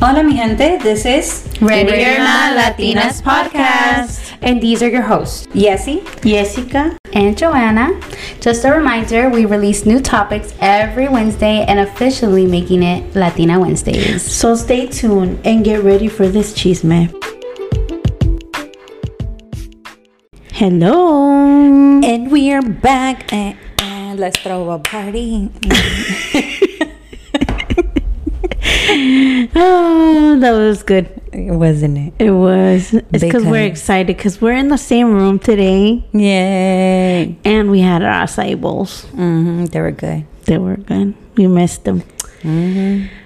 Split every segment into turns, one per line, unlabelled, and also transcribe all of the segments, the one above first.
Hola, mi gente. This is
Radio Irma Latinas Podcast.
And these are your hosts,
Yessi,
Jessica.
and Joanna. Just a reminder, we release new topics every Wednesday and officially making it Latina Wednesdays.
So stay tuned and get ready for this chisme. Hello.
and we are back. Eh, eh, let's throw a party.
Oh, that was good.
Wasn't it?
It was. It's because we're
Because-
excited because we're in the same room today
Yay.
and we had our acai bowls.
hmm They were good. Mm-hmm.
They were good. We missed them.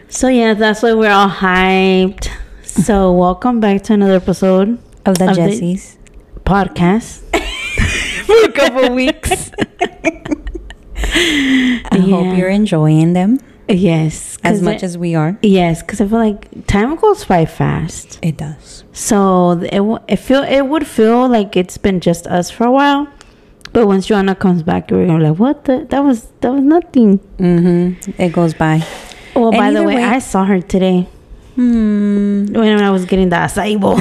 So, yeah, that's why we're all hyped. So, welcome back to another episode
Of the
Of the-
Jessies.
podcast for a couple weeks.
I hope
Yeah.
you're enjoying them
Yes,
as
'cause
much
it-
as we are.
yes, because I feel like time goes by fast.
It does.
So th- it w- it feel it would feel like it's been just us for a while, but once Joanna comes back, we're gonna be like, what the? That was that was nothing.
hmm It goes by.
Well,
And
by the
either
way,
way-
I saw her today
Hmm.
when I was getting the acai bowl.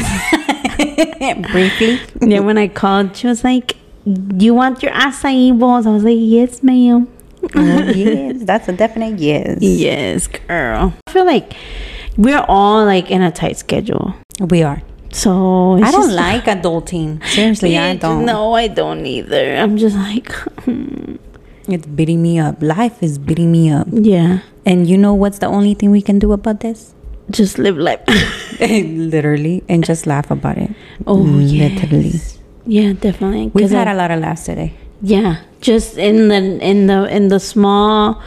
Briefly.
yeah, when I called, she was like, "You want your acai bowls?" I was like, "Yes, ma'am."
Oh, yes. That's a definite yes.
Yes, girl. I feel like we're all like in a tight schedule.
We are.
So
I don't like adulting. Seriously, I don't.
No, I don't either. I'm just like, hmm.
It's beating me up. Life is beating me up.
yeah,
And you know what's the only thing we can do about this?
just live life.
Literally, and just laugh about it.
oh,
Mm, Literally.
yes. yeah, definitely.
We've
'Cause
had
I-
a lot of laughs today.
yeah, just in the in the in the small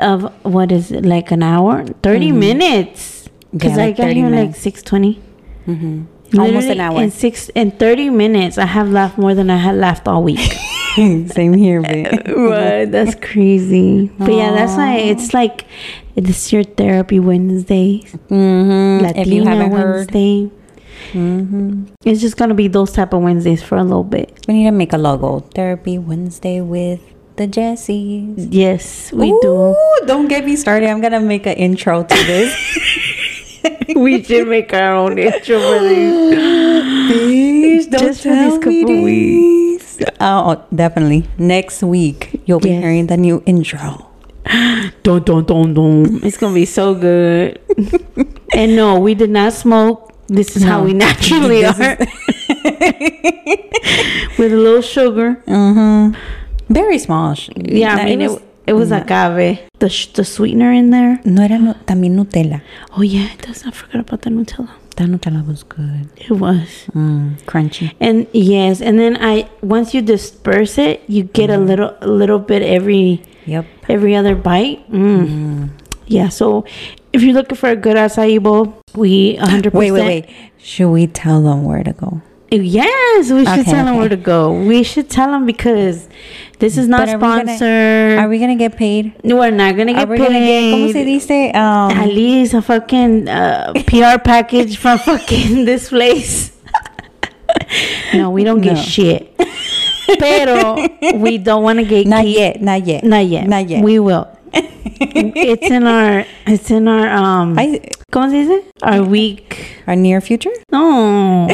of what is it like an hour, 30 minutes. Because
Mm-hmm. Yeah,
I
like
got
30
here like
minutes.
six twenty.
hmm Almost an hour.
In six in thirty minutes, I have laughed more than I had laughed all week.
Same here, babe.
Right, that's crazy. But yeah, that's why it's like it's your therapy Wednesday,
hmm
Latina
If you haven't heard, Mm-hmm.
Wednesday. It's just gonna be those type of Wednesdays for a little bit.
we need to make a logo. Therapy Wednesday with the Jessies.
Yes, we
Ooh, don't get me started. I'm gonna make an intro to this.
do. we should make our own intro for this.
Bitch, don't
Just for this
tell me
couple
this. Oh, definitely. Next week, you'll be
Yes.
hearing the new intro.
Dun, dun, dun, dun. It's gonna be so good. and no, we did not smoke. This is how
No.
we naturally
This
are. With a little sugar.
Mm-hmm. Very small. sh-
Yeah, I
That-
mean,
it
it,
was-
it, was agave. The, sh- the sweetener in there.
no era nu- también Nutella.
Oh, yeah, it does. I forgot about the Nutella.
That Nutella was good.
It was.
Mm, crunchy.
And yes, and then I once you disperse it, you get a little a little bit every
Yep.
every other bite. Mm. Yeah, so if you're looking for a good acai bowl, we 100%.
Wait, wait, wait. Should we tell them where to go?
Yes, we should
Okay,
tell them
okay.
where to go. We should tell them because this is not
But are we gonna-
sponsored.
Are we gonna get paid?
No, we're not gonna
Are
get
we
paid.
gonna Mm. get? ¿Cómo se dice? Um,
Ali is a fucking uh, PR package from fucking this place. no, we don't get
No.
shit. Pero we don't want to get
not
key-
yet. Not yet.
Not yet.
Not yet.
We will. it's in our. It's in our. Um.
I,
¿Cómo se dice? Our week.
our near future.
No.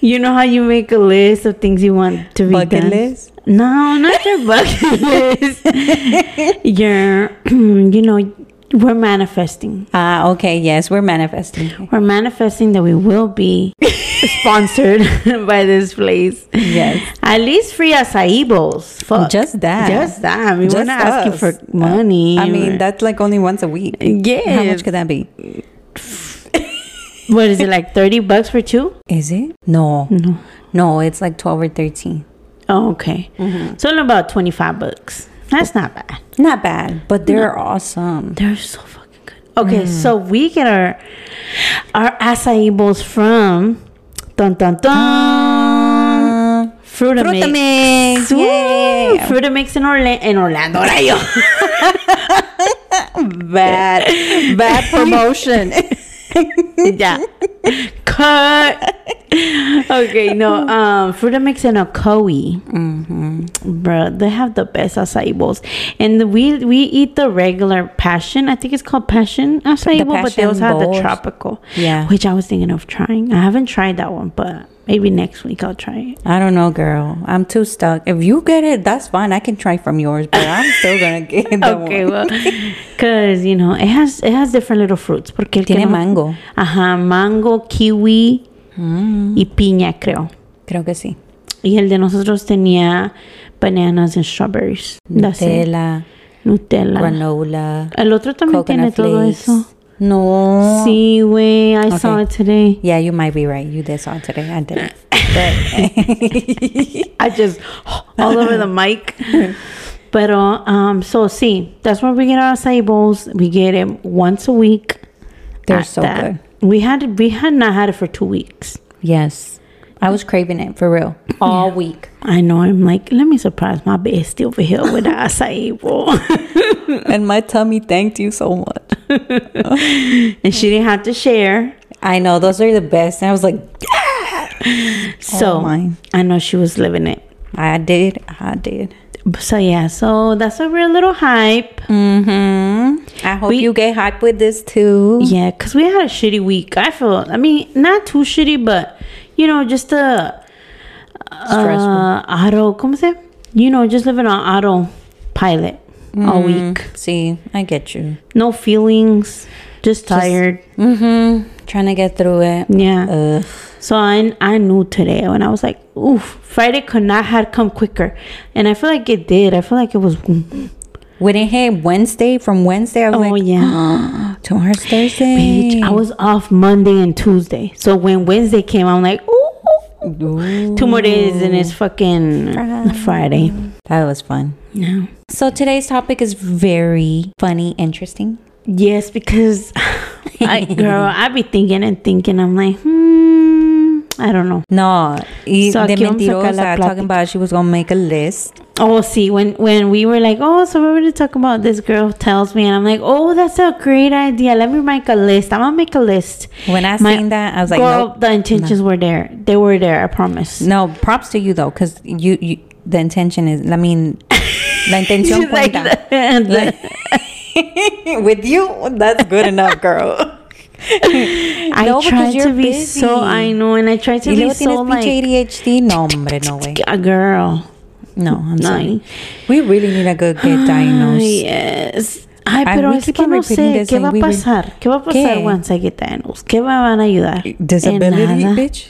you know how you make a list of things you want to be
Bucket
done?
list?
No, not your bucket list. your. You know, we're manifesting.
Ah, okay. Yes, we're manifesting.
We're manifesting that we will be sponsored by this place.
Yes.
At least free acai bowls. Fuck.
Just that.
Just that. We
Just
we're not asking
us.
for money.
I mean, that's like only once a week.
yeah.
How much could that be?
what is it like? Thirty bucks for two?
Is it? No.
No.
No, it's like twelve or thirteen.
Oh, okay. So only about twenty five bucks. That's not bad.
Not bad, but they're awesome.
They're so fucking good. Mm-hmm. Okay, so we get our our acai bowls from dun dun dun Fruit
Fruta mix.
Yay.
Yay.
Fruta mix in, Orla- in Orlando. Ahora yo.
Bad, bad promotion.
yeah.
Mm-hmm.
Cut. okay, no. Um, Fruta mix in Ocoee. bro. They have the best acai bowls, and we we eat the regular passion. I think it's called passion acai
The
bowl, but they
passion
also have
bowls.
the tropical.
Yeah.
which I was thinking of trying. I haven't tried that one, but maybe next week I'll try it.
I don't know, girl. I'm too stuck. If you get it, that's fine. I can try from yours, but I'm still gonna get the
okay,
one.
well, because you know it has it has different little fruits. Porque el que
Tiene
no-
mango.
Ajá, mango, kiwi y piña, creo.
Creo que sí.
Y el de nosotros tenía bananas and strawberries. That's it.
Nutella,
Nutella.
granola,
El otro también tiene
coconut
todo
flakes.
eso.
No.
Sí, güey, I saw
Okay.
it today.
Yeah, you might be right. You did saw it today. I didn't.
I just all over the mic. But uh, um, so see, that's where we get our acai bowls. We get them once a week.
They're
at
so
that.
good.
We had we had not had it for two weeks.
Yes. I was craving it for real all week.
I know. I'm like, let me surprise my bestie over here with the acai bowl,
And my tummy thanked you so much.
and she didn't have to share.
I know. Those are the best. And I was like,
So
my.
I know she was living it.
I did. I did.
So yeah, so that's a real little hype.
Mm-hmm. I hope
We-
you get hype with this too.
Yeah, because we had a shitty week. I feel, I mean, not too shitty, but, you know, just a uh, auto, ¿cómo se? You know, just living on autopilot all week.
See, I get you.
No feelings, just tired.
Mm-hmm. Trying to get through it.
yeah.
Ugh.
So I, I knew today when I was like, oof, Friday could not have come quicker. And I feel like it did. I feel like it was,
When it hit Wednesday, from Wednesday, I was
oh,
like,
yeah.
tomorrow's Thursday.
Bitch, I was off Monday and Tuesday. So when Wednesday came, I'm like, ooh,
Ooh.
two more days and it's fucking Friday.
That was fun.
Yeah.
So today's topic is very funny, interesting.
Yes, because I, girl, I be thinking and thinking. I'm like, hmm, I don't know.
No, y
So
de
aquí vamos a sacar la
mentirosa talking
plática.
about she was gonna make a list.
Oh, see, when when we were like, oh, so we're gonna talk about this girl tells me, and I'm like, oh, that's a great idea. Let me make a list. I'm gonna make a list.
When I
My-
seen that, I was like,
girl,
nope.
the intentions were there. They were there. I promise.
no. Props to you though, because you, you the intention is. I mean, la intención
She's like,
cuenta.
"The-
With you, that's good enough, girl.
I
No, because
try to
you're
be
busy.
so I know, and I try to
Y
be
luego
so
tienes
like
pinche ADHD. No, hombre, no way.
a girl.
No, I'm
No.
sorry. We really need a good get diagnosed.
Yes. Ay,
Ay,
pero
we
es que
keep on
no
repeating
sé
this
qué
and
va a
we will-
pasar. ¿Qué va a pasar
¿Qué?
once I get diagnosed? ¿Qué me van a ayudar? En
Disability,
nada.
bitch.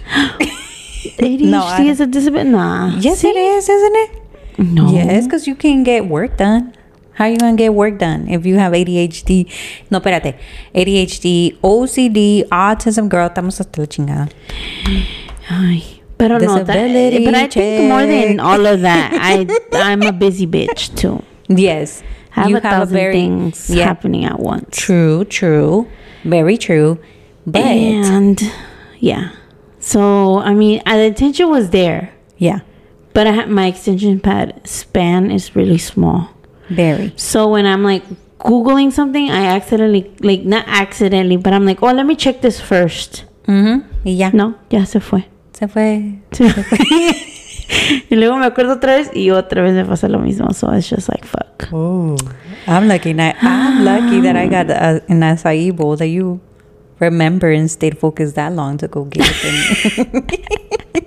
ADHD
No, I-
is a disability. Nah.
Yes, it is, isn't it?
No.
Yes, because you can get work done. How you gonna get work done if you have ADHD? No, espérate. ADHD, OCD, autism, girl, estamos hasta la chingada.
Ay. Pero no, that,
Disability
but I think more than
check.
all of that, I I'm a busy bitch too.
Yes,
I have a thousand things
yeah,
happening at once.
true, true, very true. But
And yeah, so I mean, uh, the attention was there,
yeah,
but I had my extension pad span is really small.
very.
So when I'm like googling something, I accidentally like not accidentally, but I'm like, oh, let me check this first.
Mhm. Y ya.
No, ya se fue.
Se fue.
Se fue. y luego me acuerdo otra vez y otra vez me pasa lo mismo. So it's just like fuck.
Oh, I'm lucky. Not, I'm lucky that I got a, an acai bowl that you remember and stayed focused that long to go get it. And-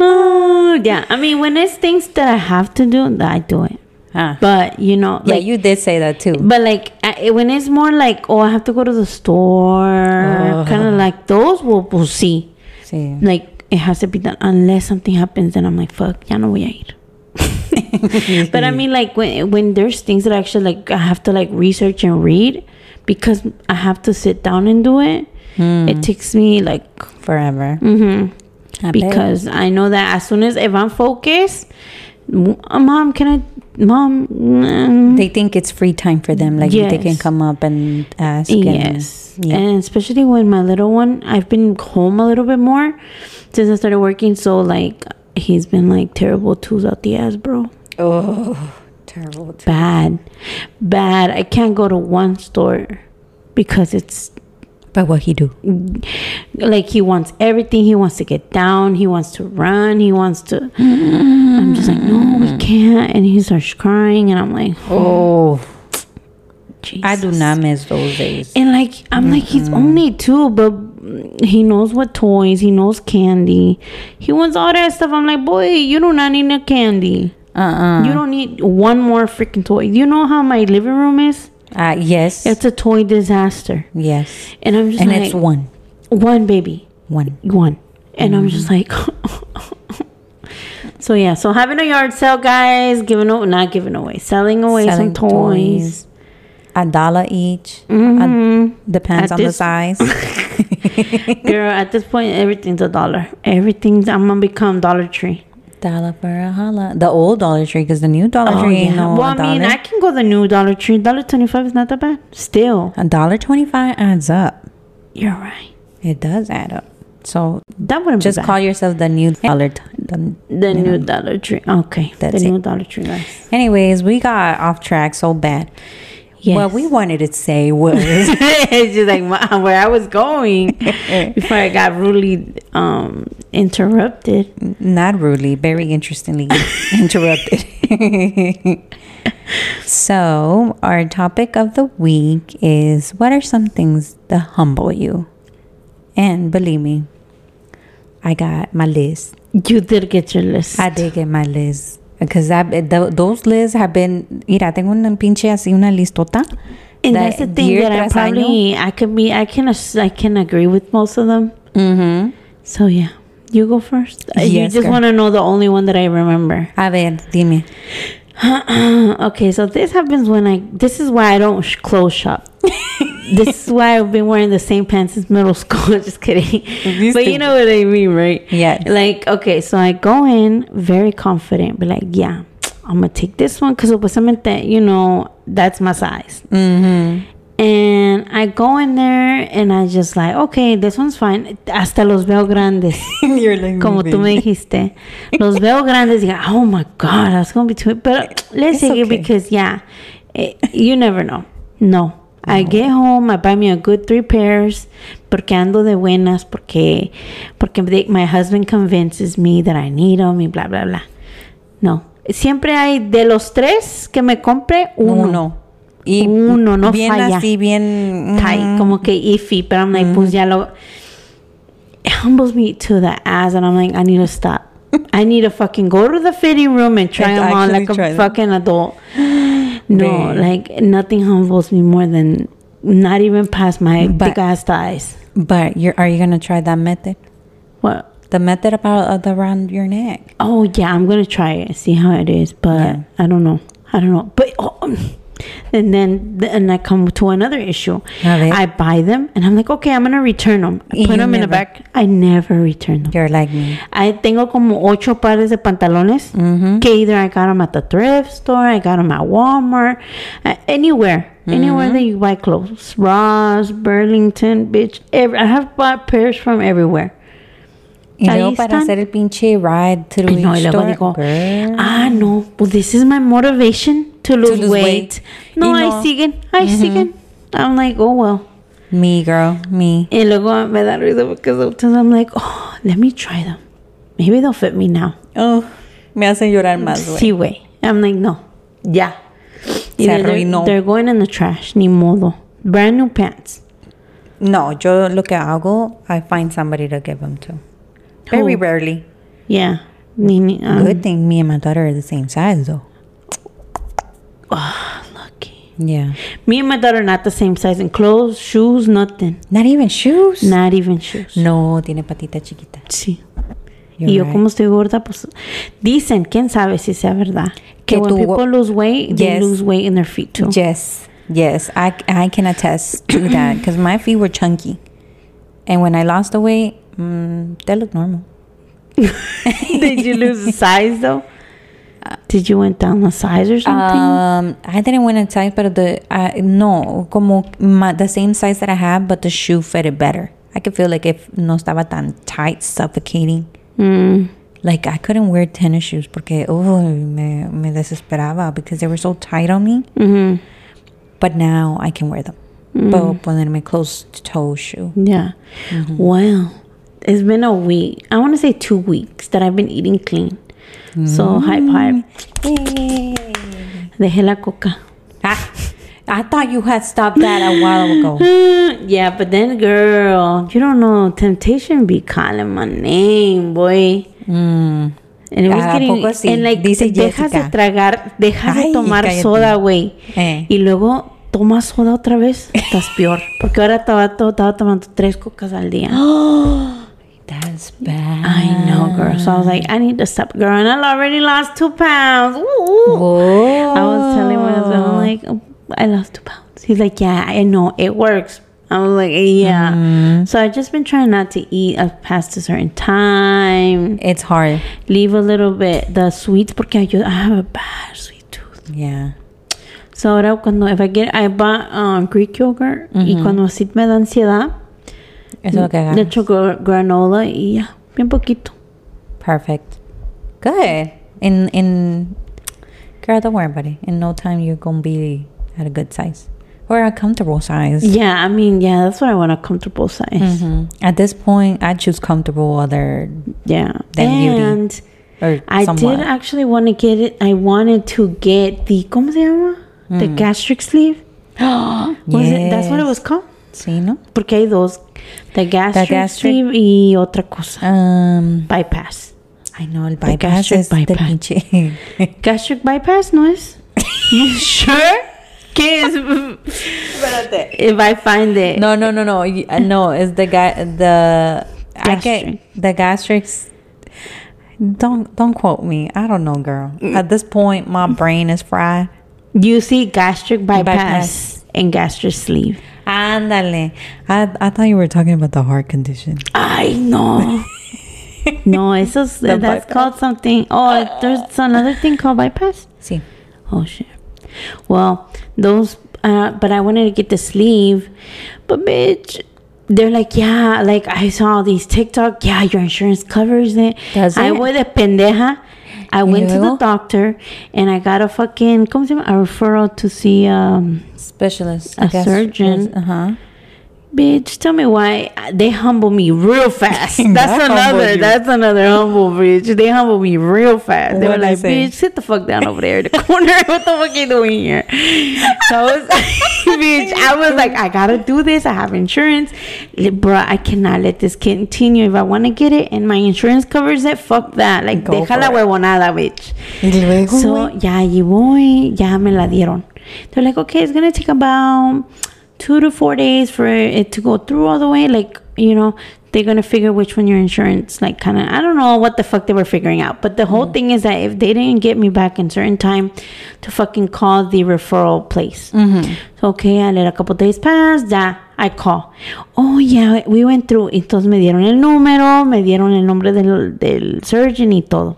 Oh, yeah. I mean, when it's things that I have to do, I do it.
Ah.
But you know,
yeah,
like
you did say that too.
But like I, when it's more like oh I have to go to the store,
Oh.
kind of like those we'll, we'll see.
Sí.
Like it has to be done unless something happens, then I'm like fuck, ya no voy a ir. but I mean like when when there's things that I actually like I have to like research and read because I have to sit down and do it.
Hmm.
It takes me like
forever.
mhm,
I bet.
because I know that as soon as if I'm focused, "M- uh, mom, can I, mom? mm,
they think it's free time for them. Like they can
Yes.
come up and ask. and-
Yes.
yeah.
And especially when my little one, I've been home a little bit more since I started working. So, like, he's been like terrible twos out the ass, bro.
oh, terrible.
Bad. Bad. I can't go to one store because it's
But what he do?
Like he wants everything. He wants to get down. He wants to run. He wants to. I'm just like, no, we can't. And he starts crying, and I'm like,
Oh,
Jesus.
I do not miss those days.
And like I'm like he's only two, but he knows what toys, he knows candy, he wants all that stuff. I'm like, boy, you do not need a candy.
Uh-uh.
You don't need one more freaking toy. You know how my living room is?
Uh, yes.
It's a toy disaster.
yes.
And I'm just
And
like
it's one.
one baby,
One.
one. And I'm just like.
Mm-hmm.
So yeah, so having a yard sale, guys, giving away, not giving away, selling away
Selling
some toys. Mm-hmm.
toys. A dollar each. A- depends
At
on the
this-
size.
Girl, at this point, everything's a dollar. Everything's I'm gonna become Dollar Tree.
dollar for a holla. The old Dollar Tree, because the new Dollar Tree ain't no
Oh, well,
a
I mean,
dollar.
I can go the new Dollar Tree. Dollar twenty five is not that bad. Still,
A dollar twenty-five adds up.
you're right.
It does add up. So
That wouldn't
just
be bad.
call yourself the new dollar. T- the-
the new Dollar Tree. Okay,
That's
the
it.
new Dollar Tree, guys.
Anyways, we got off track so bad.
Yes.
What we wanted to say was
it's just like my, where I was going before I got rudely um, interrupted.
not rudely, very interestingly interrupted. so, our topic of the week is what are some things that humble you? And believe me, I got my list.
You did get your list.
I did get my list because I th- those lists have been. Mira, tengo una pinche así una listota.
and
that
that's the thing
year
that I
tras año-
probably I could be I can ass- I can agree with most of them.
Mhm.
So yeah, you go first. Uh, you
Yes,
just
girl.
want to know the only one that I remember. Uh,
A ver, dime.
okay, so this happens when I. This is why I don't sh- clothes shop. this is why I've been wearing the same pants since middle school. just kidding, but you know what I mean, right?
Yes.
Like okay, so I go in very confident, but like yeah, I'm gonna take this one because supuestamente you know that's my size. And I go in there and I just like, okay, this one's fine. Hasta los veo grandes.
You're like,
Como tú me dijiste. Los veo grandes. Diga, oh my God, that's going to be too. But let's
It's
take it
okay.
because, yeah, eh, you never know. No. I get home, I buy me a good three pairs porque ando de buenas, porque, porque they- my husband convinces me that I need them y bla, bla, bla. No. Siempre hay de los tres que me compre uno.
uno. Y
Uno, no
bien
falla.
así, bien.
tight,
Mm.
como que iffy, but I'm like, pues ya lo. It humbles me to the ass, and I'm like, I need to stop. I need to fucking go to the fitting room and try
And
them on
actually
like a
try them.
fucking adult. No,
Babe.
like nothing humbles me more than not even past my
But-
big ass thighs.
But you're, are you gonna try that method?
What?
The method about uh, the around your neck.
Oh yeah, I'm gonna try it and see how it is, but
Yeah.
I don't know. I don't know. But oh, um, and then and I come to another issue.
A ver.
I buy them and I'm like, okay, I'm gonna return them. I
Y
put
you
them in the
never-
back. I never return them.
You're like me.
I tengo como ocho pares de pantalones
Mm-hmm.
que either I got them at the thrift store, I got them at Walmart, uh, anywhere, anywhere
Mm-hmm.
that you buy clothes, Ross, Burlington, bitch. Every, I have bought pairs from everywhere.
Y
Ahí
luego para
están.
hacer el pinche ride through
Y no, y
each
luego
door,
digo,
girl.
ah, no, well, this is my motivation to lose,
lose
weight.
weight.
No,
Y
I
no.
siguen, I siguen. I'm like, oh, well.
me, girl, me.
Y luego me da risa porque sometimes I'm like, oh, let me try them. Maybe they'll fit me now.
Oh, me hace llorar más, güey.
Sí, güey. I'm like, no. Ya. Y
Se
they're-
arruinó.
They're going in the trash. Ni modo. Brand new pants.
No, yo lo que hago, I find somebody to give them to. Very
Who?
rarely.
Yeah. Ni, ni, um,
Good thing me and my daughter are the same size, though. Ah,
lucky.
Yeah.
Me and my daughter are not the same size in clothes, shoes, nothing.
Not even shoes.
Not even shoes.
No, tiene patita chiquita.
Sí.
You're
y yo
right.
como estoy gorda, pues dicen, quién sabe si sea verdad. Que
Que
when
tu-
people lose weight, they
Yes.
lose weight in their feet too.
Yes, yes, I, I can attest to that because my feet were chunky, and when I lost the weight, mm, they look normal.
Did you lose the size though? Did you went down the size or something?
Um, I didn't want to size, but the I no, como my, the same size that I have, but the shoe fitted better. I could feel like if no estaba tan tight, suffocating.
Mm.
Like I couldn't wear tennis shoes porque oh me me desesperaba because they were so tight on me.
hmm
But now I can wear them. puedo ponerme closed toe shoe.
Yeah.
mm-hmm.
Wow. It's been a week. I want to say two weeks that I've been eating clean.
Mm.
So high five. Dejé la coca.
Ah, I thought you had stopped that a while ago.
Mm, yeah, but then, girl, you don't know. Temptation be calling my name, boy. And it was
Mm. ¿A
getting,
poco sí?
and like,
Dice
dejas
Jessica.
de tragar, dejas
Ay,
de tomar
cállate.
soda, güey.
Eh.
Y luego tomas soda otra vez, estás peor. Porque ahora estaba, to- estaba tomando tres cocas al día.
That's bad.
I know, girl. So I was like, I need to stop, girl. And I already lost two pounds. Ooh. I was telling my husband, I'm like, "Oh, I lost two pounds. He's like, yeah, I know. It works. I was like, yeah.
Mm-hmm.
So I've just been trying not to eat uh, past a certain time.
It's hard.
Leave a little bit the sweets porque I, just, I have a bad sweet tooth.
Yeah.
So ahora cuando, if I get, I bought um, Greek yogurt. Y cuando así me da ansiedad,
Eso es Mm-hmm. lo que
le
hagas.
echo gr- granola y ya, bien poquito.
Perfect. Good. In in girl, don't worry, buddy. In no time you're gonna be at a good size. Or a comfortable size.
Yeah, I mean, yeah, that's what I want a comfortable size.
Mhm. At this point I choose comfortable other
Yeah.
Than beauty.
and
or
I
somewhat.
did actually want to get it. I wanted to get the, ¿cómo se llama? The
Mm.
gastric sleeve. Was it, that's what it was called?
See no?
Porque hay dos. The gastric,
gastric-
sleeve y otra cosa.
Um
Bypass.
I know el
The
bypass
gastric
is the
bypass.
pinche-
Gastric bypass no es. sure. ¿Qué es? If I find it.
No, no, no, no. Y- uh, No, it's the guy the I get
Gastric.
the gastrics. Don't don't quote me. I don't know, girl. At this point, my brain is fried.
You see gastric bypass,
Bypass.
and gastric sleeve.
Ándale. I I thought you were talking about the heart condition.
Ay, no. no, eso es,
The
that's
bypass. Ah.
called something. Oh, there's another thing called bypass.
Sí.
Oh, shit. Well, those, uh, but I wanted to get the sleeve. But, bitch, they're like, yeah, like I saw these TikTok. Yeah, your insurance covers it.
Does
I
it?
was a pendeja. I went to the
luego?
doctor and I got a fucking, ¿cómo se llama? A referral to see, um,
Specialist.
A surgeon.
Uh huh.
Bitch, tell me why uh, they humble me real fast.
Not
That's
humble
another.
you.
That's another humble bitch. They humble me real fast. They were
What'd they
like,
say?
"Bitch, sit the fuck down over there in the corner. what the fuck you doing here?" So I was, bitch, I was like, "I gotta do this. I have insurance, Li- bruh. I cannot let this continue. If I want to get it and my insurance covers it, fuck that. Like,
Go
deja
for
la
it.
huevonada, bitch."
Y luego,
So,
güey.
ya allí voy, ya me la dieron. They're like, okay, it's gonna take about two to four days for it to go through all the way. Like, you know, they're gonna figure which one your insurance, like, kind of, I don't know what the fuck they were figuring out. But the
Mm.
whole thing is that if they didn't get me back in certain time, to fucking call the referral place.
Mm-hmm.
So, okay, I let a couple days pass, ya. I call. Oh, yeah, we went through. Entonces me dieron el número, me dieron el nombre del, del surgeon y todo.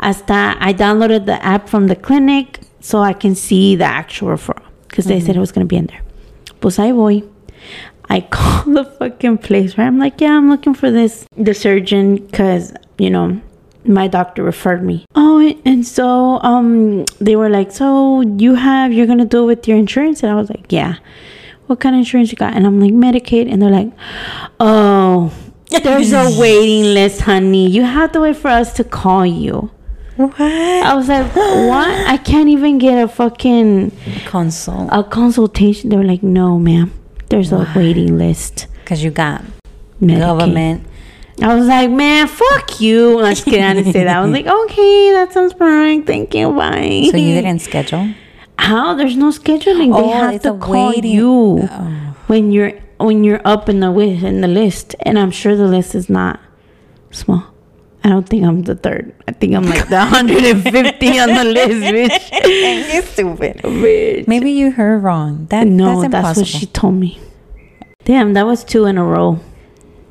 Hasta I downloaded the app from the clinic so I can see the actual referral because they said it was going to be in there. Pues ahí voy. I call the fucking place, right? I'm like, yeah, I'm looking for this, the surgeon, because, you know, my doctor referred me. Oh, and so um, they were like, so you have, you're going to do it with your insurance? And I was like, yeah. What kind of insurance you got? And I'm like, Medicaid. And they're like, oh, there's a waiting list, honey. You have to wait for us to call you.
what?
I was like, what? I can't even get a fucking
Console.
a consultation. They were like, no, ma'am. There's a waiting list.
Because you got
Medicaid.
government.
I was like, man, fuck you. I'm just kidding. I didn't say that. I was like, okay, that sounds perfect. Thank you. Bye.
So you didn't schedule?
How? There's no scheduling. they
Oh,
have
it's
to
a
call
waiting- oh.
you when you're when you're up in the wi- in the list, and I'm sure the list is not small. I don't think I'm the third. I think I'm like the 150 on the list, bitch.
You're stupid.
bitch.
Maybe you heard wrong. That, that's
No, that's,
impossible.
what she told me. Damn, that was two in a row,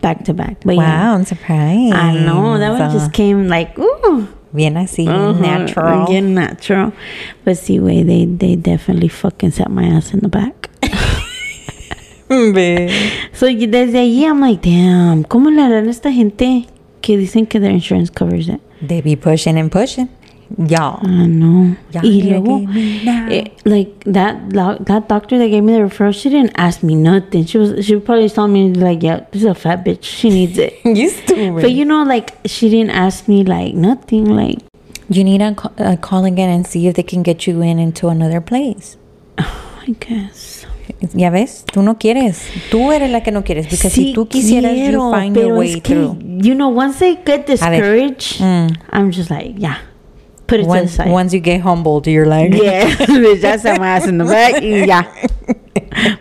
back to back. But
Wow,
yeah,
I'm surprised.
I know that one
So,
just came like ooh,
Bien así,
uh-huh,
natural.
again natural. But see, way they they definitely fucking sat my ass in the back.
Bitch.
So y- desde allí I'm like, damn, cómo le harán a esta gente que dicen que their insurance covers it.
They be pushing and pushing. Y'all.
I know.
Ya
y
quiere
luego,
que me now.
eh, like that lo- that doctor that gave me the referral, she didn't ask me nothing. She was she probably saw me like, yeah, this is a fat bitch. She needs it.
You stupid.
But you know, like she didn't ask me like nothing. Like
You need to ca- uh, call again and see if they can get you in into another place.
I guess.
Ya ves, tú no quieres. Tú eres la que no quieres. Porque si
Sí
tú quisieras,
quiero,
you find your
pero
way
es que,
through.
You know, once I get
ver.
discouraged,
Mm.
I'm just like, yeah, put it to the
Once,
side.
once you get humbled, you're like,
Yeah, bitch, I set my ass in the back. and Yeah.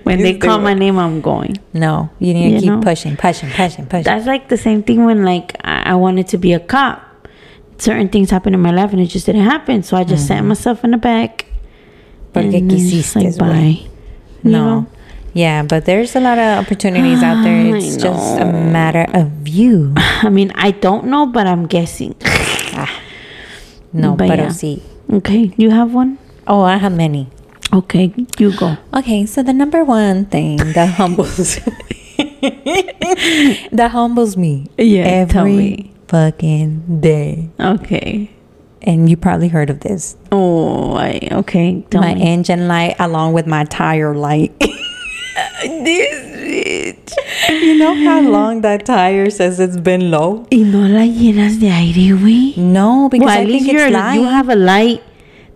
When they
It's the
call my
worst.
name, I'm going.
no, you need to
You
keep
know?
pushing, pushing, pushing, pushing.
That's like the same thing when like I I wanted to be a cop. Certain things happened in my life and it just didn't happen. So I just sat myself in the back.
Mm-hmm. Porque
and it's just
quisiste, güey.
You
no.
know?
Yeah, but there's a lot of opportunities out there.
I
It's just a
know.
matter of you.
I mean, I don't know, but I'm guessing.
No,
But
but
yeah.
sí.
Okay, you have one?
Oh, I have many.
Okay, you go.
Okay, so the number one thing that humbles that humbles me
Yeah,
every
tell me.
fucking day.
Okay.
And you probably heard of this.
Oh, I, okay. Tell
my
me.
engine light along with my tire light.
This bitch.
you know how long that tire says it's been low?
Y no la llenas de aire, güey.
No, because
well,
I
at least
think
you're,
it's light.
you have a light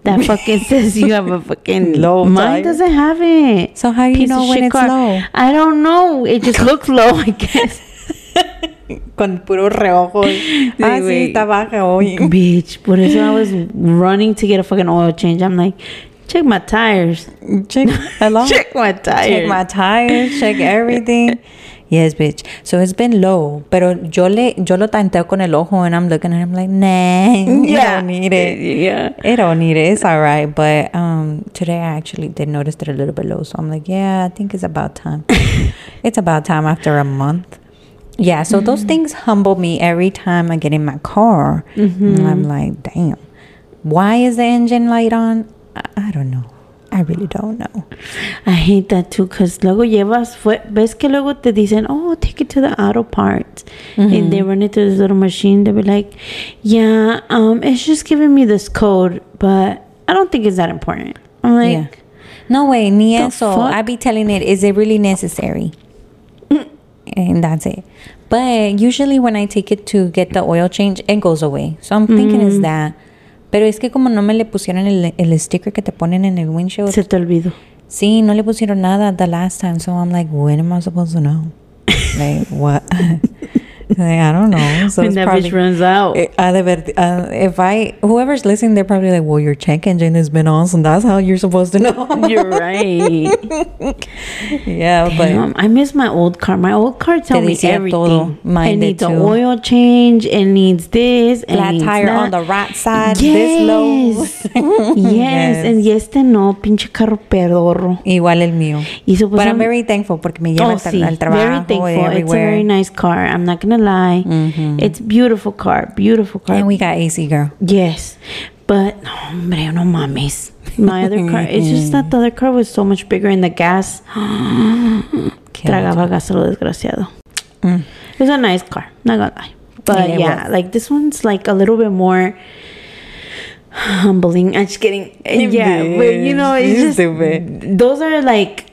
that fucking says you have a fucking
Low
Mine
tire.
doesn't have it.
So how do you
Piece
know
of
when
shit
it's low?
I don't know. It just looks low, I guess.
Con puro reojo. ah, sí,
güey.
está baja hoy.
Bitch, por eso I was running to get a fucking oil change. I'm like, check my tires.
Check along.
Check my tires.
check my tires, check everything. Yes, bitch. So it's been low, pero yo le yo lo tanteo con el ojo and I'm looking at him like, nah, you
Yeah.
don't need it.
Yeah.
It don't need it. It's all right. But um, today I actually did notice it a little bit low, so I'm like, yeah, I think it's about time. it's about time after a month. Yeah. So those things humble me every time I get in my car. And I'm like, damn, why is the engine light on? I, I don't know. I really don't know.
I hate that too, because luego llevas, fue, ves que luego te dicen, oh, take it to the auto parts.
Mm-hmm.
And they run it through this little machine. They'll be like, yeah, um, it's just giving me this code, but I don't think it's that important. I'm like,
yeah. No way, ni
The
eso.
fuck? Mm.
I be telling it, is it really necessary? and that's it. But usually when I take it to get the oil change, it goes away. So I'm thinking
Mm.
is that. Pero es que como no me le pusieron el, el sticker que te ponen en el windshield.
se te olvidó.
Sí, no le pusieron nada the last time. So I'm like, when am I supposed to know? like, what? like, I don't know. So
when
it's
that
probably,
bitch runs out.
Eh, ha de ver- uh, if I whoever's listening, they're probably like, "Well, your check engine has been on, so that's how you're supposed to know."
You're right.
yeah,
Damn, I miss my old car. My old car tells me
decía
everything.
todo. Mine
it
did
needs an
too.
oil change. It needs this. It
but flat
needs
tire on
that.
the right side, this low.
Yes. yes. And yes, este no, pinche carro pedorro.
Igual el mío.
Y so, pues,
But I'm
I'm-
very thankful porque me
oh,
lleva al, tra- al trabajo
It's a
everywhere. Mm-hmm.
very nice car. I'm not gonna lie. It's beautiful car, beautiful car.
And we got AC girl.
yes, but no, hombre, no mames. My other car. It's just that the other car was so much bigger, and the gas
Killed.
tragaba gas a lo desgraciado. It was a nice car, not gonna lie.
Mm.
But
Yeah,
yeah,
it was.
like this one's like a little bit more humbling. I'm just kidding. Yeah, but you know, it's
You
just
stupid.
those are like,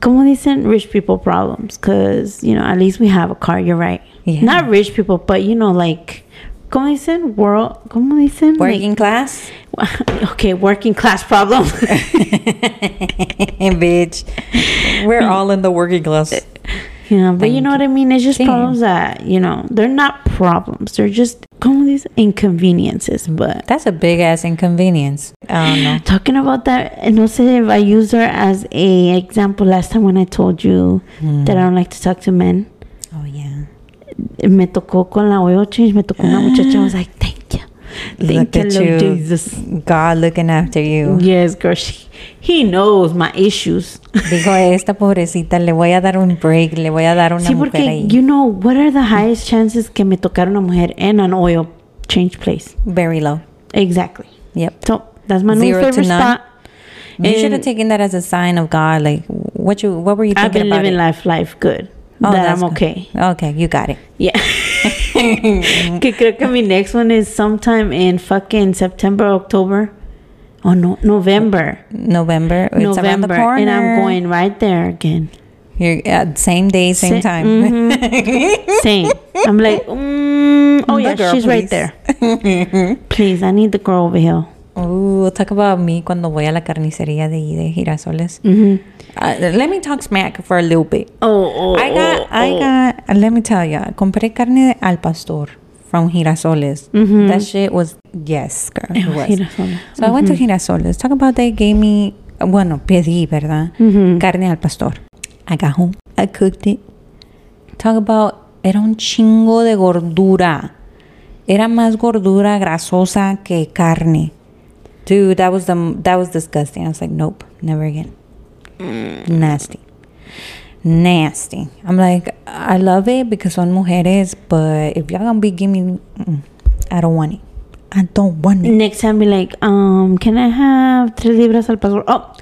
como dicen, rich people problems. Cause you know, at least we have a car. You're right.
Yeah.
Not rich people, but you know, like, como dicen, world, como dicen,
Working class,
like, okay, working class problem.
bitch. We're all in the working class.
Yeah, but you know what I mean? It's just
Sí.
problems that, you know, they're not problems. They're just como these inconveniences. But
That's a big ass inconvenience. I don't know.
talking about that, and also if I use her as a example last time when I told you
Mm.
that I don't like to talk to men.
Oh yeah.
Me tocó con la oil change, me tocó una muchacha. I was like, thank you. Thank
Look
you,
at
Lord
you.
Jesus.
God looking after you.
Yes, girl. She, he knows my issues.
Dijo, esta pobrecita, le voy a dar un break, le voy a dar una
Sí,
mujer ahí.
porque, you know, what are the highest chances que me tocar una mujer en an oil change place?
Very low.
Exactly.
Yep.
So that's my new
Zero to
favorite
none.
spot.
You should have
And
taken that as a sign of God. Like, what you, what were you
I've
thinking
been
about?
living
it?
life life good.
Oh,
that
that's
I'm
good.
okay.
Okay, you got it.
Yeah. que creo que mi next one is sometime in fucking September, October. Oh no, November.
November. It's around the
November.
corner.
And I'm going right there again.
You're, uh, same day, same
Sa- mm-hmm.
time.
Same. I'm like, mm, oh
The
yeah,
girl,
she's right
please.
there. please, I need the girl over here.
Ooh, talk about me cuando voy a la carnicería de, de girasoles.
Mm-hmm.
Uh, let me talk smack for a little bit.
Oh, oh,
I got,
oh,
I
oh.
got. Let me tell ya, compré carne de al pastor from Girasoles. That shit was yes, girl. It
was
was.
Mm-hmm. Girasoles.
So I went to Girasoles. Talk about they gave me. Bueno, pedí, verdad? Carne al pastor. I got home. I cooked it. Talk about era un chingo de gordura. Era más gordura grasosa que carne. Dude, that was the that was disgusting. I was like, nope, never again. Nasty. Nasty. I'm like, I love it because son mujeres, but if y'all gonna be giving me, mm, I don't want it. I don't want it.
Next time, be like, um, can I have tres libras al pastor? Oh,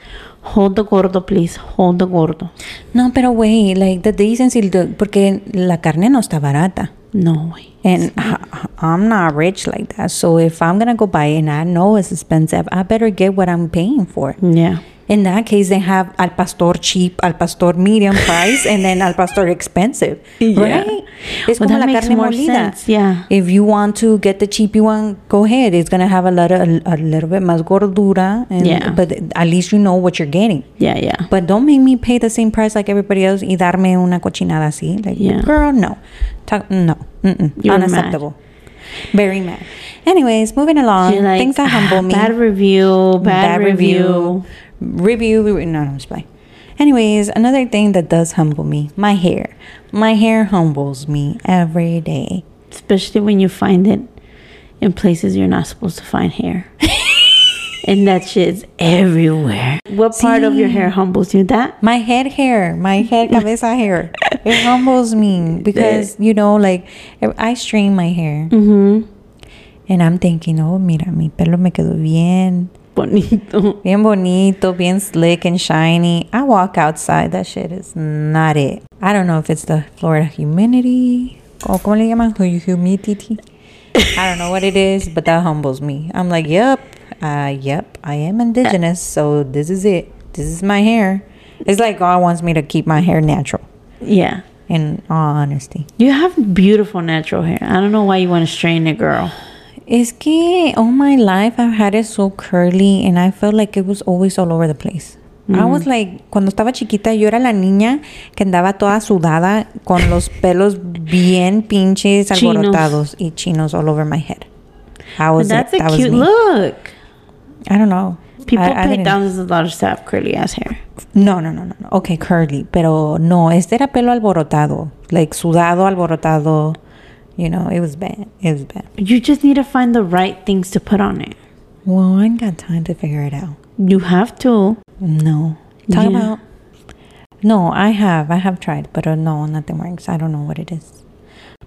hold the gordo, please. Hold the gordo.
No, pero wait, like the decency, the- porque la carne no está barata.
No way.
And I- I'm not rich like that. So if I'm gonna go buy it and I know it's expensive, I better get what I'm paying for.
Yeah.
In that case, they have al pastor cheap, al pastor medium price, and then al pastor expensive,
Yeah.
right? It's
Well,
como
that
la
makes
carne
more
molida.
sense, yeah.
If you want to get the cheapy one, go ahead. It's gonna have a lot of a, a little bit más gordura, and
Yeah.
but at least you know what you're getting.
Yeah, yeah.
But don't make me pay the same price like everybody else y darme una cochinada así. Like,
Yeah.
girl, no. Ta- no. Mm-mm.
You were mad.
Unacceptable. Very mad. Anyways, moving along.
You're like,
Things that
"Ah,
humble me.
Bad review, bad, review.
Review. review. No, no, I'm just playing. Anyways, another thing that does humble me my hair. My hair humbles me every day.
Especially when you find it in places you're not supposed to find hair. and that shit's everywhere. What part of your hair humbles you? That?
My head hair, my head cabeza hair. It humbles me because, you know, like if I strain my hair.
Mm-hmm.
And I'm thinking, oh, mira, mi pelo me quedó bien,
Bonito.
bien bonito, bien slick and shiny. I walk outside, that shit is not it. I don't know if it's the Florida humidity, o como le llaman, Hu- humidity. I don't know what it is, but that humbles me. I'm like, yep, uh, yep, I am indigenous, so this is it. This is my hair. It's like God wants me to keep my hair natural,
Yeah.
in all honesty.
You have beautiful natural hair. I don't know why you want to strain it, girl.
Es que all my life I've had it so curly and I felt like it was always all over the place.
Mm.
I was like, cuando estaba chiquita, yo era la niña que andaba toda sudada con los pelos bien pinches
Chinos.
alborotados y chinos all over my head. I
But
was
that's
it.
a
That was
cute
me.
look.
I don't know.
People
I, I
pay
didn't-
thousands of dollars to have curly ass hair.
No, no, no, no, no. Okay, curly. Pero no, este era pelo alborotado. Like sudado, alborotado. You know, it was bad. It was bad.
You just need to find the right things to put on it.
Well, I ain't got time to figure it out.
You have to.
No. Talk
Yeah.
about. No, I have. I have tried, but uh, no, nothing works. I don't know what it is.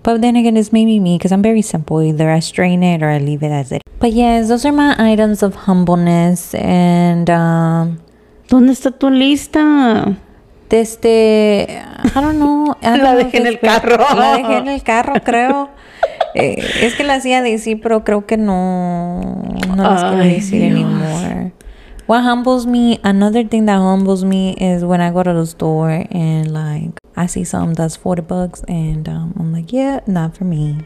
But then again, it's maybe me because I'm very simple. Either I strain it or I leave it as it. But yes, those are my items of humbleness. And um,
¿Dónde está tu lista?
desde. I don't know. I don't
La
know
dejé
if
en
it's
el
been-
carro.
La dejé en el carro, creo. Eh, es que la hacía decir, pero creo que no. No las quiero
Ay,
decir
Dios.
anymore. What humbles me, another thing that humbles me is when I go to the store and like I see something that's 40 bucks and um, I'm like, yeah, not for me.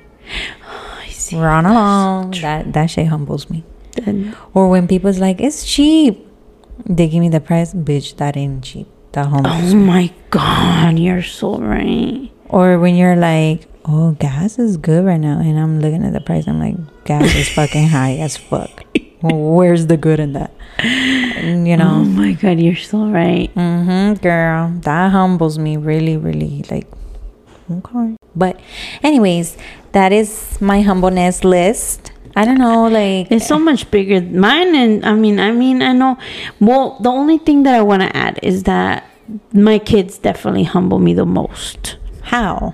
Run along. That, that shit humbles me.
Then-
Or when people's like, it's cheap. They give me the price, bitch, that ain't cheap. That humbles
Oh my god, you're so right.
Or when you're like, oh, gas is good right now. And I'm looking at the price. I'm like, gas is fucking high as fuck. Where's the good in that? And, you
Oh
know,
my god, you're so right.
hmm girl, that humbles me really, really. Like, okay. But, anyways, that is my humbleness list. I don't know, like,
It's so much bigger. th- Mine and I mean, I mean, I know. Well, the only thing that I want to add is that my kids definitely humble me the most.
how?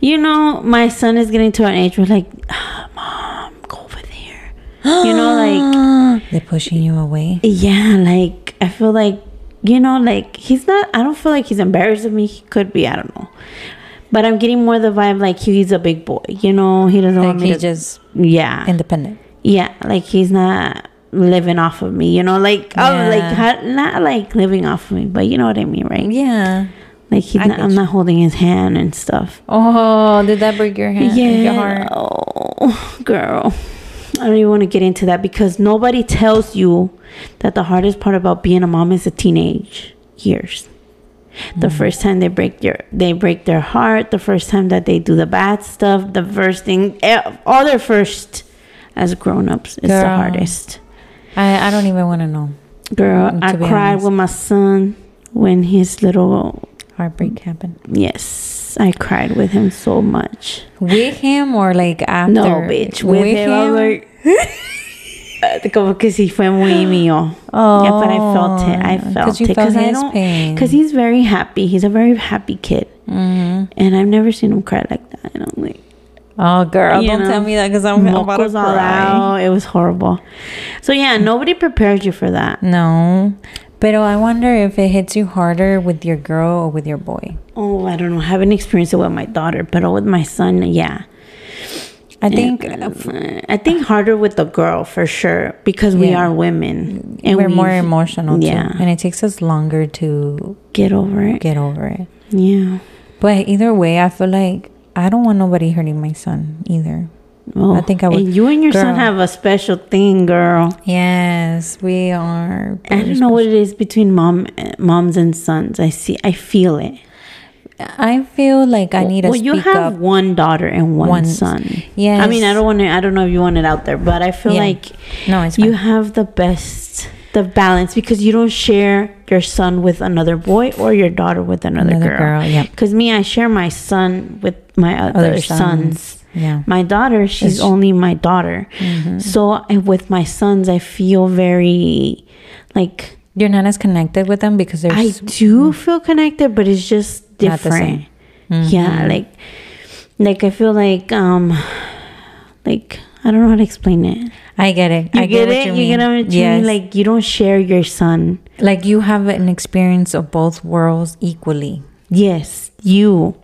You know, my son is getting to an age where like, ah, mom, go over there. You know, like
They're pushing you away.
yeah, like I feel like you know, like he's not. I don't feel like he's embarrassed of me. He could be. I don't know. But I'm getting more the vibe like he's a big boy. You know, he doesn't
Like
want me
he's
to.
just
yeah.
independent.
yeah. Like he's not living off of me. You know, like
Yeah.
oh, like ha- not like living off of me, but you know what I mean, right?
Yeah.
Like he's
I
not.
get
I'm
you.
not holding his hand and stuff.
Oh, did that break your hand? Your
Yeah.
heart?
Oh, girl. I don't even want to get into that because nobody tells you that the hardest part about being a mom is the teenage years.
Mm.
The first time they break their they break their heart, the first time that they do the bad stuff, the first thing eh, all their first as grown-ups is the
Girl.
hardest.
I, I don't even want to know.
Girl,
Mm,
I
to be
cried
honest.
with my son when his little
Heartbreak happened.
yes, I cried with him so much.
With him or like after?
No, bitch, with, him, I was like, Uh, como que sí fue muy mío.
oh.
yeah, but I felt it. I felt
you
it
felt
because I
his
don't.
pain.
Because he's very happy. He's a very happy kid,
Mm-hmm.
and I've never seen him cry like that. And I'm like,
Oh, girl,
You
don't
know,
tell me that because I'm about to
mocos all
cry.
out. It was horrible. So yeah, nobody prepares you for that.
No. But I wonder if it hits you harder with your girl or with your boy.
Oh, I don't know. I haven't experienced it with my daughter, but with my son, yeah.
I think
And, uh, I think harder with the girl for sure because we
Yeah.
are women and
we're more
we
emotional
yeah.
too. And it takes us longer to
get over it.
get over it.
Yeah.
But either way, I feel like I don't want nobody hurting my son either.
Oh,
I think I would-
And you and your
Girl.
son have a special thing, girl.
Yes, we are.
I don't know what it is between mom, moms and sons. I see. I feel it.
I feel like I need to
well,
speak
you have
up.
one daughter and one,
One-
son.
Yes.
I mean, I don't want to. I don't know if you want it out there, but I feel
Yeah.
like
No, it's
you
fine.
have the best, the balance because you don't share your son with another boy or your daughter with another,
Another
girl.
girl, yep.
Because me, I share my son with my other,
Other
sons.
sons. yeah.
My daughter, she's
Is- Mm-hmm.
only my daughter. So I, with my sons, I feel very like
You're not as connected with them because
I
there's mm-hmm.
do feel connected, but it's just
Not the Mm-hmm.
different. Yeah, like like I feel like um like I don't know how to explain it.
I get it.
You
I get,
get,
what
it?
you
You,
mean.
get what I mean?
Yes. Like,
Like you don't share your son.
you have an experience of both worlds equally.
Yes, you.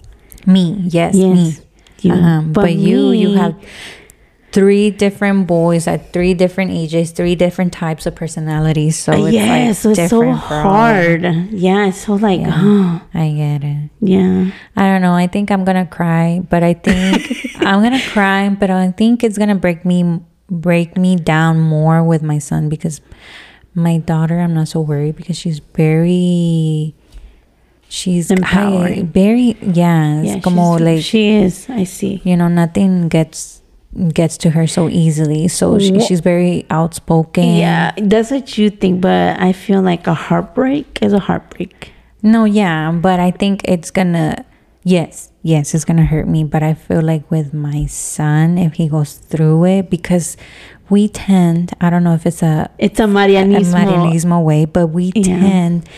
Me, yes, me.
Yes. You.
Um, but, you, you
me-
have three different boys at three different ages, three different types of personalities. So it's
yeah,
like
so it's so
different for all.
hard. Yeah, it's so like,
Yeah. I get it.
yeah.
I don't know. I think I'm gonna cry, but I think I'm gonna cry, but I think it's gonna break me break me down more with my son because my daughter, I'm not so worried because she's very she's
Empowering.
I- very yes,
yeah
como
she's-
like
she is. I see.
you know nothing gets gets to her so easily. So she,
Wha-
she's very outspoken.
Yeah, that's what you think, but I feel like a heartbreak is a heartbreak.
No, yeah, but I think it's gonna. Yes, yes, it's gonna hurt me. But I feel like with my son, if he goes through it, because we tend, I don't know if it's a,
It's a
a
Marianismo.
Marianismo way, but we
Yeah.
tend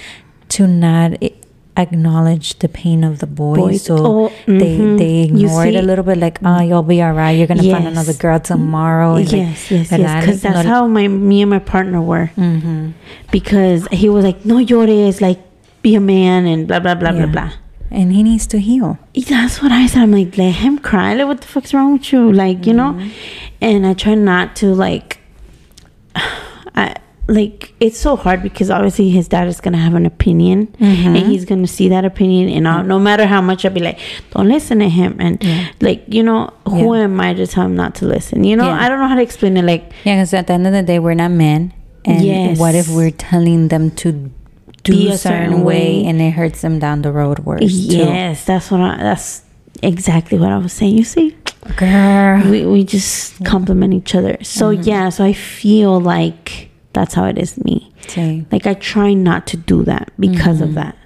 to not i- acknowledge the pain of the boy.
Boy,
so
oh, mhm.
they, they
You
ignore it a
see-
little bit, like, oh, you'll be all right. You're gonna find
Yes.
another girl tomorrow. and, like,
Yes, yes,
and
yes.
I
Because
ignore-
that's how my me and my partner were. Mm-hmm. Because he was like, "No llores, like be a man," and blah blah blah
Yeah.
blah blah.
And he needs to heal.
That's what I said. I'm like, let him cry. Like, what the fuck's wrong with you? Like, you
Mm-hmm.
know. And I try not to like. I like it's so hard because obviously his dad is gonna have an opinion,
Mm-hmm.
and he's gonna see that opinion, and I'll, no matter how much I'll be like, don't listen to him, and
Yeah.
like you know, who
Yeah.
am I to tell him not to listen? You know,
Yeah.
I don't know how to explain it. Like,
Yeah, because at the end of the day, we're not men. And
Yes.
what if we're telling them to do
Be
a certain way, and it hurts them down the road worse?
Yes, that's what I, that's exactly what I was saying. You see,
Too. Girl.
we, we just compliment each other. So yeah, so I feel like that's how it is me.
Same.
Like I try not to do that because of that. I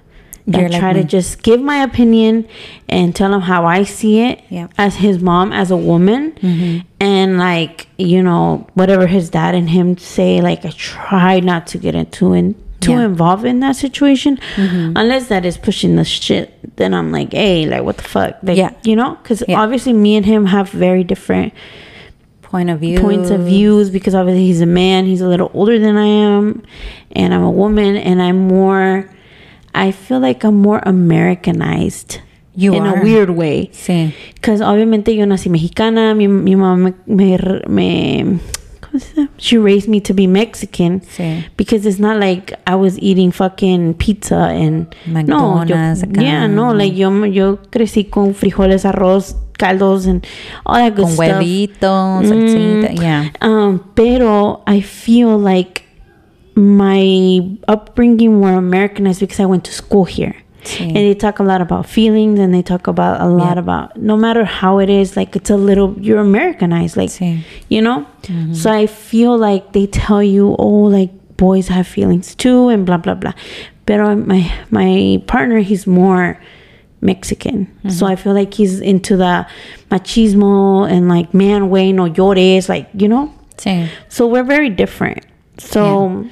Mm-hmm. You're like
try to
me.
just give my opinion and tell him how I see it
Yep. Mm-hmm.
as his mom, as a woman, and like you know whatever his dad and him say. Like I try not to get into and too
Yeah. Mm-hmm.
involved in that situation, unless that is pushing the shit. Then I'm like, hey, like what the fuck? Like,
Yeah.
you know, because
Yeah.
obviously me and him have very different
Point of view.
points of views because obviously he's a man he's a little older than i am and i'm a woman and i'm more i feel like i'm more americanized
You
in
are.
a weird way
Sí.
because obviamente yo nací mexicana mi, mi mamá me, me ¿cómo se dice? she raised me to be mexican
Sí.
because it's not like I was eating fucking pizza and
McDonald's
no, yo,
acá.
yeah, no, like yo yo crecí con frijoles, arroz, caldos and all that good
Con
stuff.
huevito, salsita. Yeah.
Um, pero I feel like my upbringing were Americanized because I went to school here.
Sí.
And they talk a lot about feelings and they talk about a lot
Yeah.
about no matter how it is, like it's a little you're Americanized, like
Sí.
you know? So I feel like they tell you, oh, like boys have feelings too and blah blah blah. Pero my my partner, he's more Mexican. So I feel like he's into the machismo and like man way, no llores, like, you know?
Sí.
So we're very different. So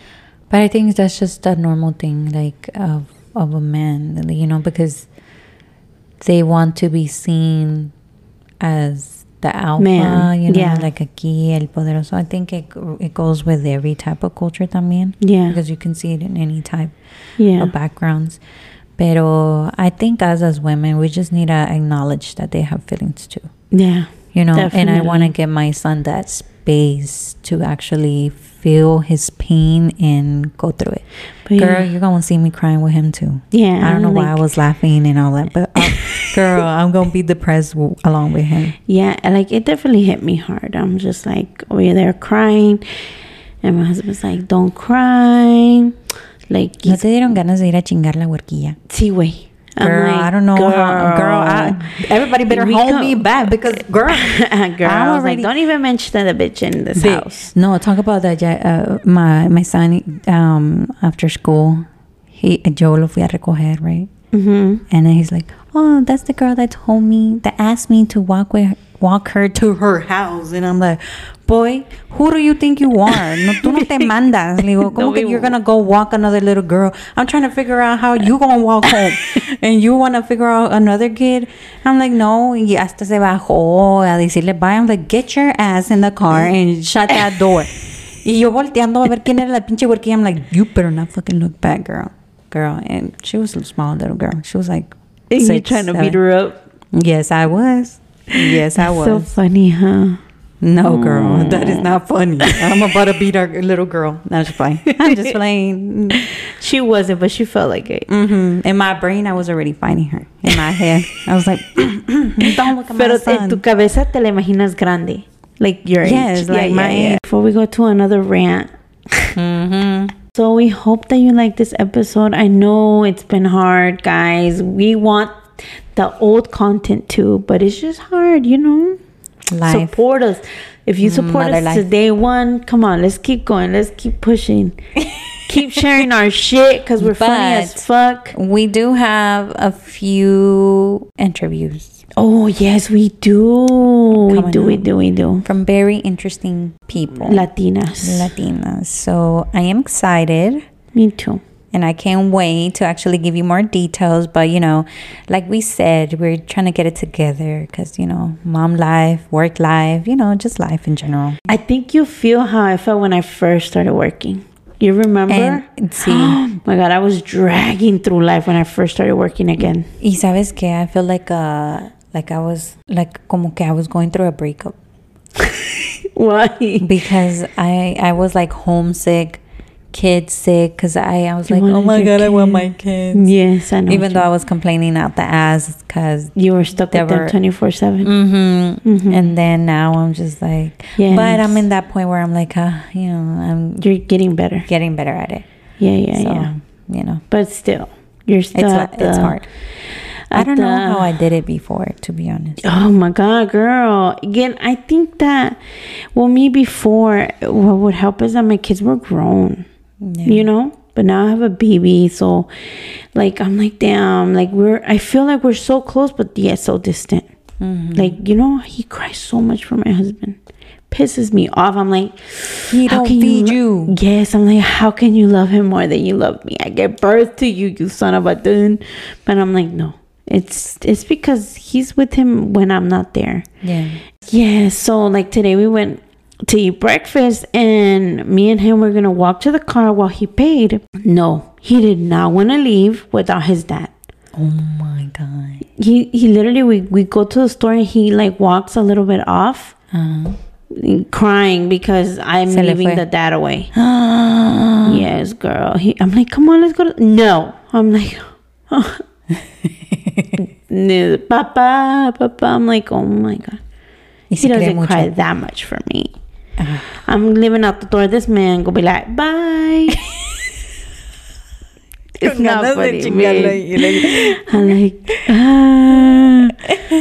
But I think that's just a normal thing, like of of a man, you know, because they want to be seen as the alpha,
Man,
you know,
yeah.
like aquí el poderoso. I think it it goes with every type of culture también.
Yeah.
because you can see it in any type
Yeah.
of backgrounds. Pero I think us as women, we just need to acknowledge that they have feelings too
yeah.
you know and i want to
Definitely.
give my son that space to actually feel his pain and go through it
But
girl
yeah.
you're gonna see me crying with him too
Yeah,
i don't know why i
like-
was laughing and all that but uh, girl i'm gonna be depressed w- along with him
Yeah, and, like it definitely hit me hard. I'm just like over there crying, and my husband's like, "Don't cry." Like,
no te dieron ganas de ir a chingar la huerquilla
see, way.
Girl, I don't know how. Girl, I, everybody better hold me back because girl,
girl, I, was like, don't even mention the bitch in this
They-
house.
No, talk about that. ya, Uh, my my son um, after school, he yo lo fui a recoger, right?
Mm-hmm.
And then he's like, "Oh, that's the girl that told me that asked me to walk with walk her to her house." And I'm like, "Boy, who do you think you are? No, tú no te mandas." Le digo,
No,
"Cómo que
we-
you're gonna go walk another little girl? I'm trying to figure out how you gonna walk home, and you wanna figure out another kid." I'm like, "No." Y hasta se bajó a decirle bye. I'm like, "Get your ass in the car and shut that door." Y yo volteando a ver quién era la pinche huerquilla. I'm like, you better not fucking look back, girl. Girl. And she was a small little girl. She was like,
And you
six,
trying to
seven.
beat her up?
Yes, I was. Yes, I
So
was.
funny, huh?
no, girl. That is not funny. I'm about to beat our little girl. That's fine. I'm just playing.
She wasn't, but she felt like it.
hmm In my brain, I was already fighting her. In my head, I was like, don't look at my
Pero en
son.
tu cabeza te la imaginas grande, like your
Yes,
age.
like my age.
Before we go to another rant,
Mhm.
So we hope that you like this episode. I know it's been hard, guys. We want the old content too, but it's just hard, you know.
Life. Mm,
Support us. If you support
Mother
us
life.
to day one, come on, let's keep going. Let's keep pushing. keep sharing our shit because we're funny
But-
as fuck.
We do have a few interviews.
Oh yes, we do.
Coming
we do, we
up.
do, we do.
from very interesting people,
Latinas.
Latinas. So I am excited
Me too.
and I can't wait to actually give you more details. But, you know, like we said, we're trying to get it together because, you know, mom life, work life, you know, just life in general.
I think you feel how I felt when I first started working. You remember?
And see,
Oh my god, I was dragging through life when I first started working again.
y sabes que I feel like, uh, like I was, like, como que I was going through a breakup.
Why?
because I I was like homesick, kid sick. Cause I I was like, oh
wanted
my
your
god, I want
kids."
my kids.
Yes, I know.
Even though I was complaining out the ass, because.
you were stuck
They
with them
were-
twenty four seven.
Mm-hmm. And then now I'm just like,
Yes.
but I'm in that point where I'm like, uh, you know, I'm
You're getting better.
getting better at it.
Yeah, yeah,
so,
yeah.
you know,
But still, you're still.
it's
at
li- it's
the-
hard. I
at
don't know
the-
how I did it before, to be honest.
Oh my god, girl! Again, I think that well, me before what would help is that my kids were grown.
Yeah.
you know but now i have a baby so like i'm like damn like we're i feel like we're so close but yet so distant
Mm-hmm.
like you know he cries so much for my husband pisses me off i'm like
He
how
don't
can
feed
lo-
you.
yes i'm like how can you love him more than you love me i gave birth to you you son of a dun but i'm like no it's it's because he's with him when i'm not there
Yeah.
yeah, so like today we went to eat breakfast and me and him were gonna walk to the car while he paid. No, he did not wanna leave without his dad.
Oh my god.
He he literally we, we go to the store and he like walks a little bit off
Uh-huh.
crying because I'm
Se le
leaving
fue.
the dad away.
Uh-huh.
yes, girl. He, I'm like, come on, let's go to No. I'm like no, papa, papa. I'm like, oh my god.
Y
He
se cree
doesn't
mucho. Ah.
cry that much for me. I'm living out the door. This man gonna be like, bye. it's
Con
not
ganas de
funny,
chingarlo
man.
y le-
I'm like,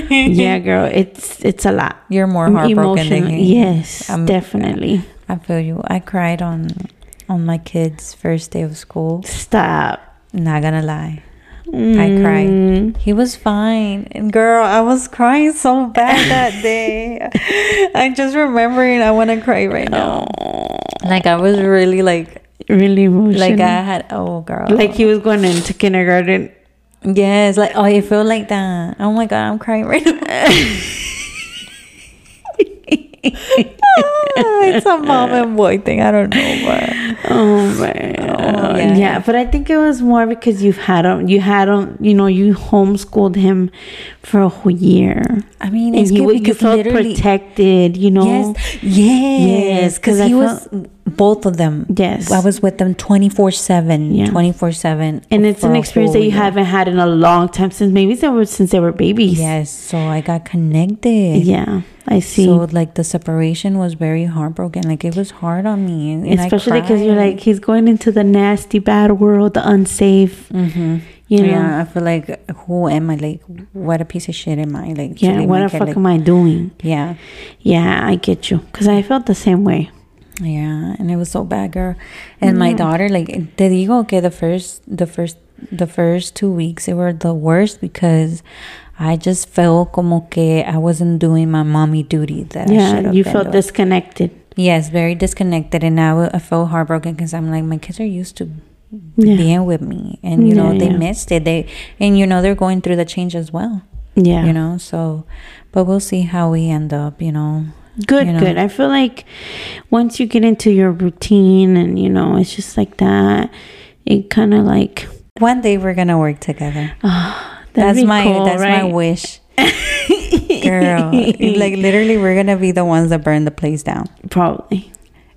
ah. yeah, girl. It's it's a lot.
You're more heartbroken than
Emotionally,
he.
yes,
I'm-
definitely.
I feel you. I cried on on my kid's first day of school.
Stop.
Not gonna lie. I
Mm.
cried. He was fine. And girl, I was crying so bad that day. I'm just remembering I wanna cry right now. Like I was really like
Really emotional.
like I had oh girl.
like he was going into kindergarten.
Yes, like oh, it felt like that. Oh my god, I'm crying right now. Ah, it's a mom and boy thing. I don't know, but
Oh man.
Oh,
yeah.
yeah.
but I think it was more because you've had him, you had him, you know, you homeschooled him for a whole year,
I mean,
and
it's
he
good
was you
because
felt
literally,
protected, you know.
yes, yes,
Yes, 'cause
because
I
he was both of them.
Yes.
I was with them 24
Yeah.
seven, 24 seven,
and it's an experience that you haven't had in a long time since maybe they were since they were babies.
Yes, so I got connected.
Yeah, I see.
So like the separation was very heartbroken. Like it was hard on me, and, and I
Especially because you're
cried.
like he's going into the nasty, bad world, the unsafe.
Mm-hmm.
You know.
Yeah, I feel like who am I? Like, what a piece of shit am I? Like, to
Yeah,
leave
what
my
the
kid,
fuck
like-
am I doing?
Yeah,
Yeah, I get you. Because I felt the same way.
yeah, and it was so bad, girl. And
Mm-hmm.
my daughter, like, te digo que the first, the first, the first two weeks, they were the worst because I just felt como que I wasn't doing my mommy duty that I should
yeah,
have
you
been
felt
doing.
disconnected.
Yes, very disconnected, and I, wa- I felt heartbroken because I'm like, my kids are used to
Yeah.
being with me, and you know
Yeah,
they
yeah.
missed it. They and you know they're going through the change as well.
Yeah.
you know so but we'll see how we end up you know
good,
you know.
good. I feel like once you get into your routine and, you know, it's just like that, it kind of like.
one day we're gonna work together
that'd
that's
be
my
cool,
that's my
right?
wish girl like literally we're gonna be the ones that burn the place down
Probably.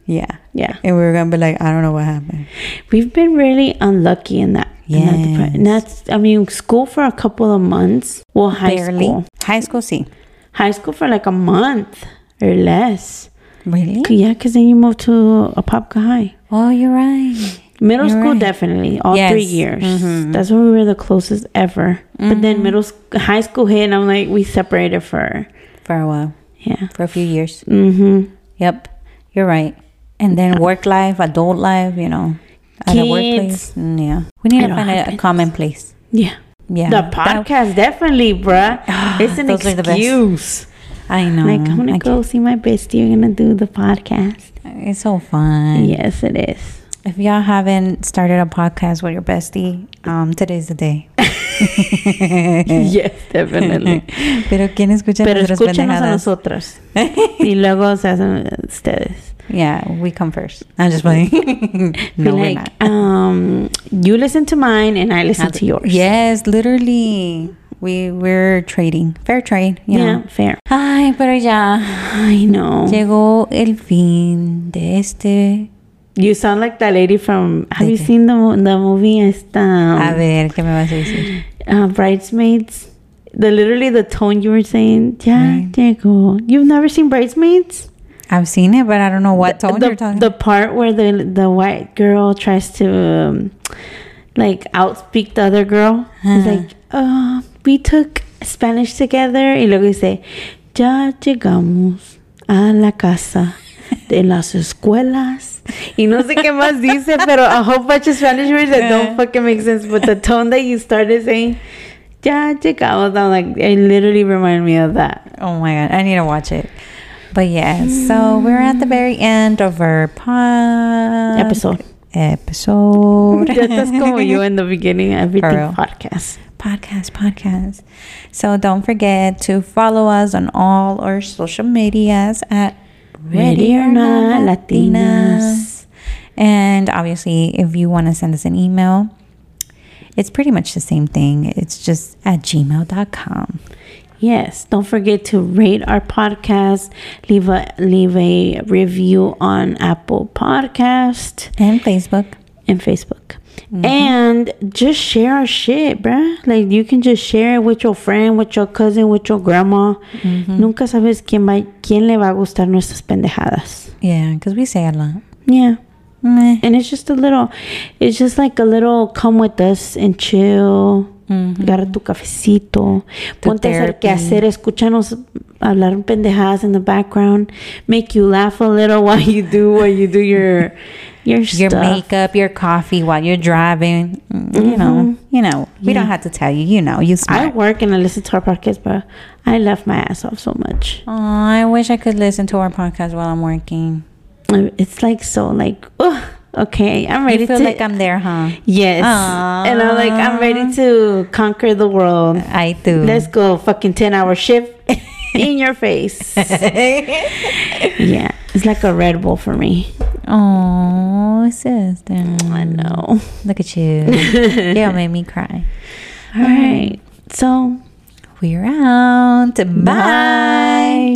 yeah
Yeah.
and we're gonna be like i don't know what happened
We've been really unlucky in that. in that depart- And
Yes.
that's, I mean, school for a couple of months. Well, high school.
high school see
High school for like a month or less.
really
Yeah, because then you move to Apopka High.
oh you're right
Middle
You're
school
right.
definitely all
Yes.
three years.
Mhm.
That's when we were the closest ever. But
Mm-hmm.
then middle sc- high school hit, and I'm like, we separated for
for a while
yeah.
for a few years
hmm
yep you're right and then work life adult life you know at a
Kids.
workplace Mm, yeah we need
It
to
all
find a, a
happens.
common place
Yeah.
yeah Ah,
The podcast definitely, bruh. It's an
Those are the best.
excuse.
i know
Like I'm gonna
I
go see my bestie. You're gonna do the podcast.
It's so fun.
Yes, it is.
If y'all haven't started a podcast with your bestie, um, today's the day.
yes, definitely.
Pero quién escucha
Pero
nuestras
escúchanos a
pendejadas?
nosotros. y luego se hacen ustedes.
Yeah, we come first. I'm just playing.
Be
no, we're
like,
not.
um, you listen to mine and I listen
Not-
to yours.
Yes, literally. We we're trading. Fair trade, you
Yeah,
know.
fair.
Ay, pero ya
I know.
llegó el fin de este.
You sound like that lady from. Have
¿De
you
qué?
seen the mo- the movie? Esta, um,
a ver, ¿qué me vas a decir?
uh, bridesmaids. The literally the tone you were saying. Ya
Right.
llegó. You've never seen bridesmaids?
I've seen it, but I don't know what
the,
tone
the,
you're talking.
the part where the the white girl tries to um, like outspeak the other girl. It's
Huh.
like, uh, we took Spanish together. Y luego dice, ya llegamos a la casa de las escuelas. Y no sé qué más dice, pero a whole bunch of Spanish words that don't fucking make sense. But the tone that you started saying, ya llegamos. I'm like, it literally reminded me of that.
Oh my god, I need to watch it. But yeah, so we're at the very end of our pod
Episode.
Episode.
Ya estás como yo in the beginning, everything
real.
podcast.
podcast, podcast. So don't forget to follow us on all our social medias at
Ready or not, Latinas.
And obviously, if you want to send us an email, it's pretty much the same thing. It's just at gmail.com.
Yes, don't forget to rate our podcast. Leave a leave a review on Apple Podcast
And Facebook.
and Facebook. And just share our shit, bruh. Like you can just share it with your friend, with your cousin, with your grandma. Nunca sabes quién va, quién le va a gustar nuestras pendejadas.
Yeah, because we say a lot.
Yeah.
Meh.
And it's just a little, it's just like a little come with us and chill. Agarra tu cafecito.
Tu
Ponte a hacer
Mm-hmm. therapy.
que hacer. Escúchanos hablar pendejadas in the background. Make you laugh a little while you do while you do your your,
Your
stuff.
makeup, your coffee while you're driving. Mm, You know,
Mm-hmm.
you know, we don't have to tell you. You know, you
I
smart.
work and I listen to our podcast, but I laugh my ass off so much.
Aw, I wish I could listen to our podcast while I'm working.
Um, It's like so like, oh, okay, I'm ready
You feel
to.
like I'm there, huh?
yes, and I'm like I'm ready to conquer the world.
I do.
Let's go, fucking 10 hour shift in your face. yeah, it's like a Red Bull for me.
Oh, sister.
I know.
Look at you. you made me cry.
All right, so
We're out. Bye.
bye.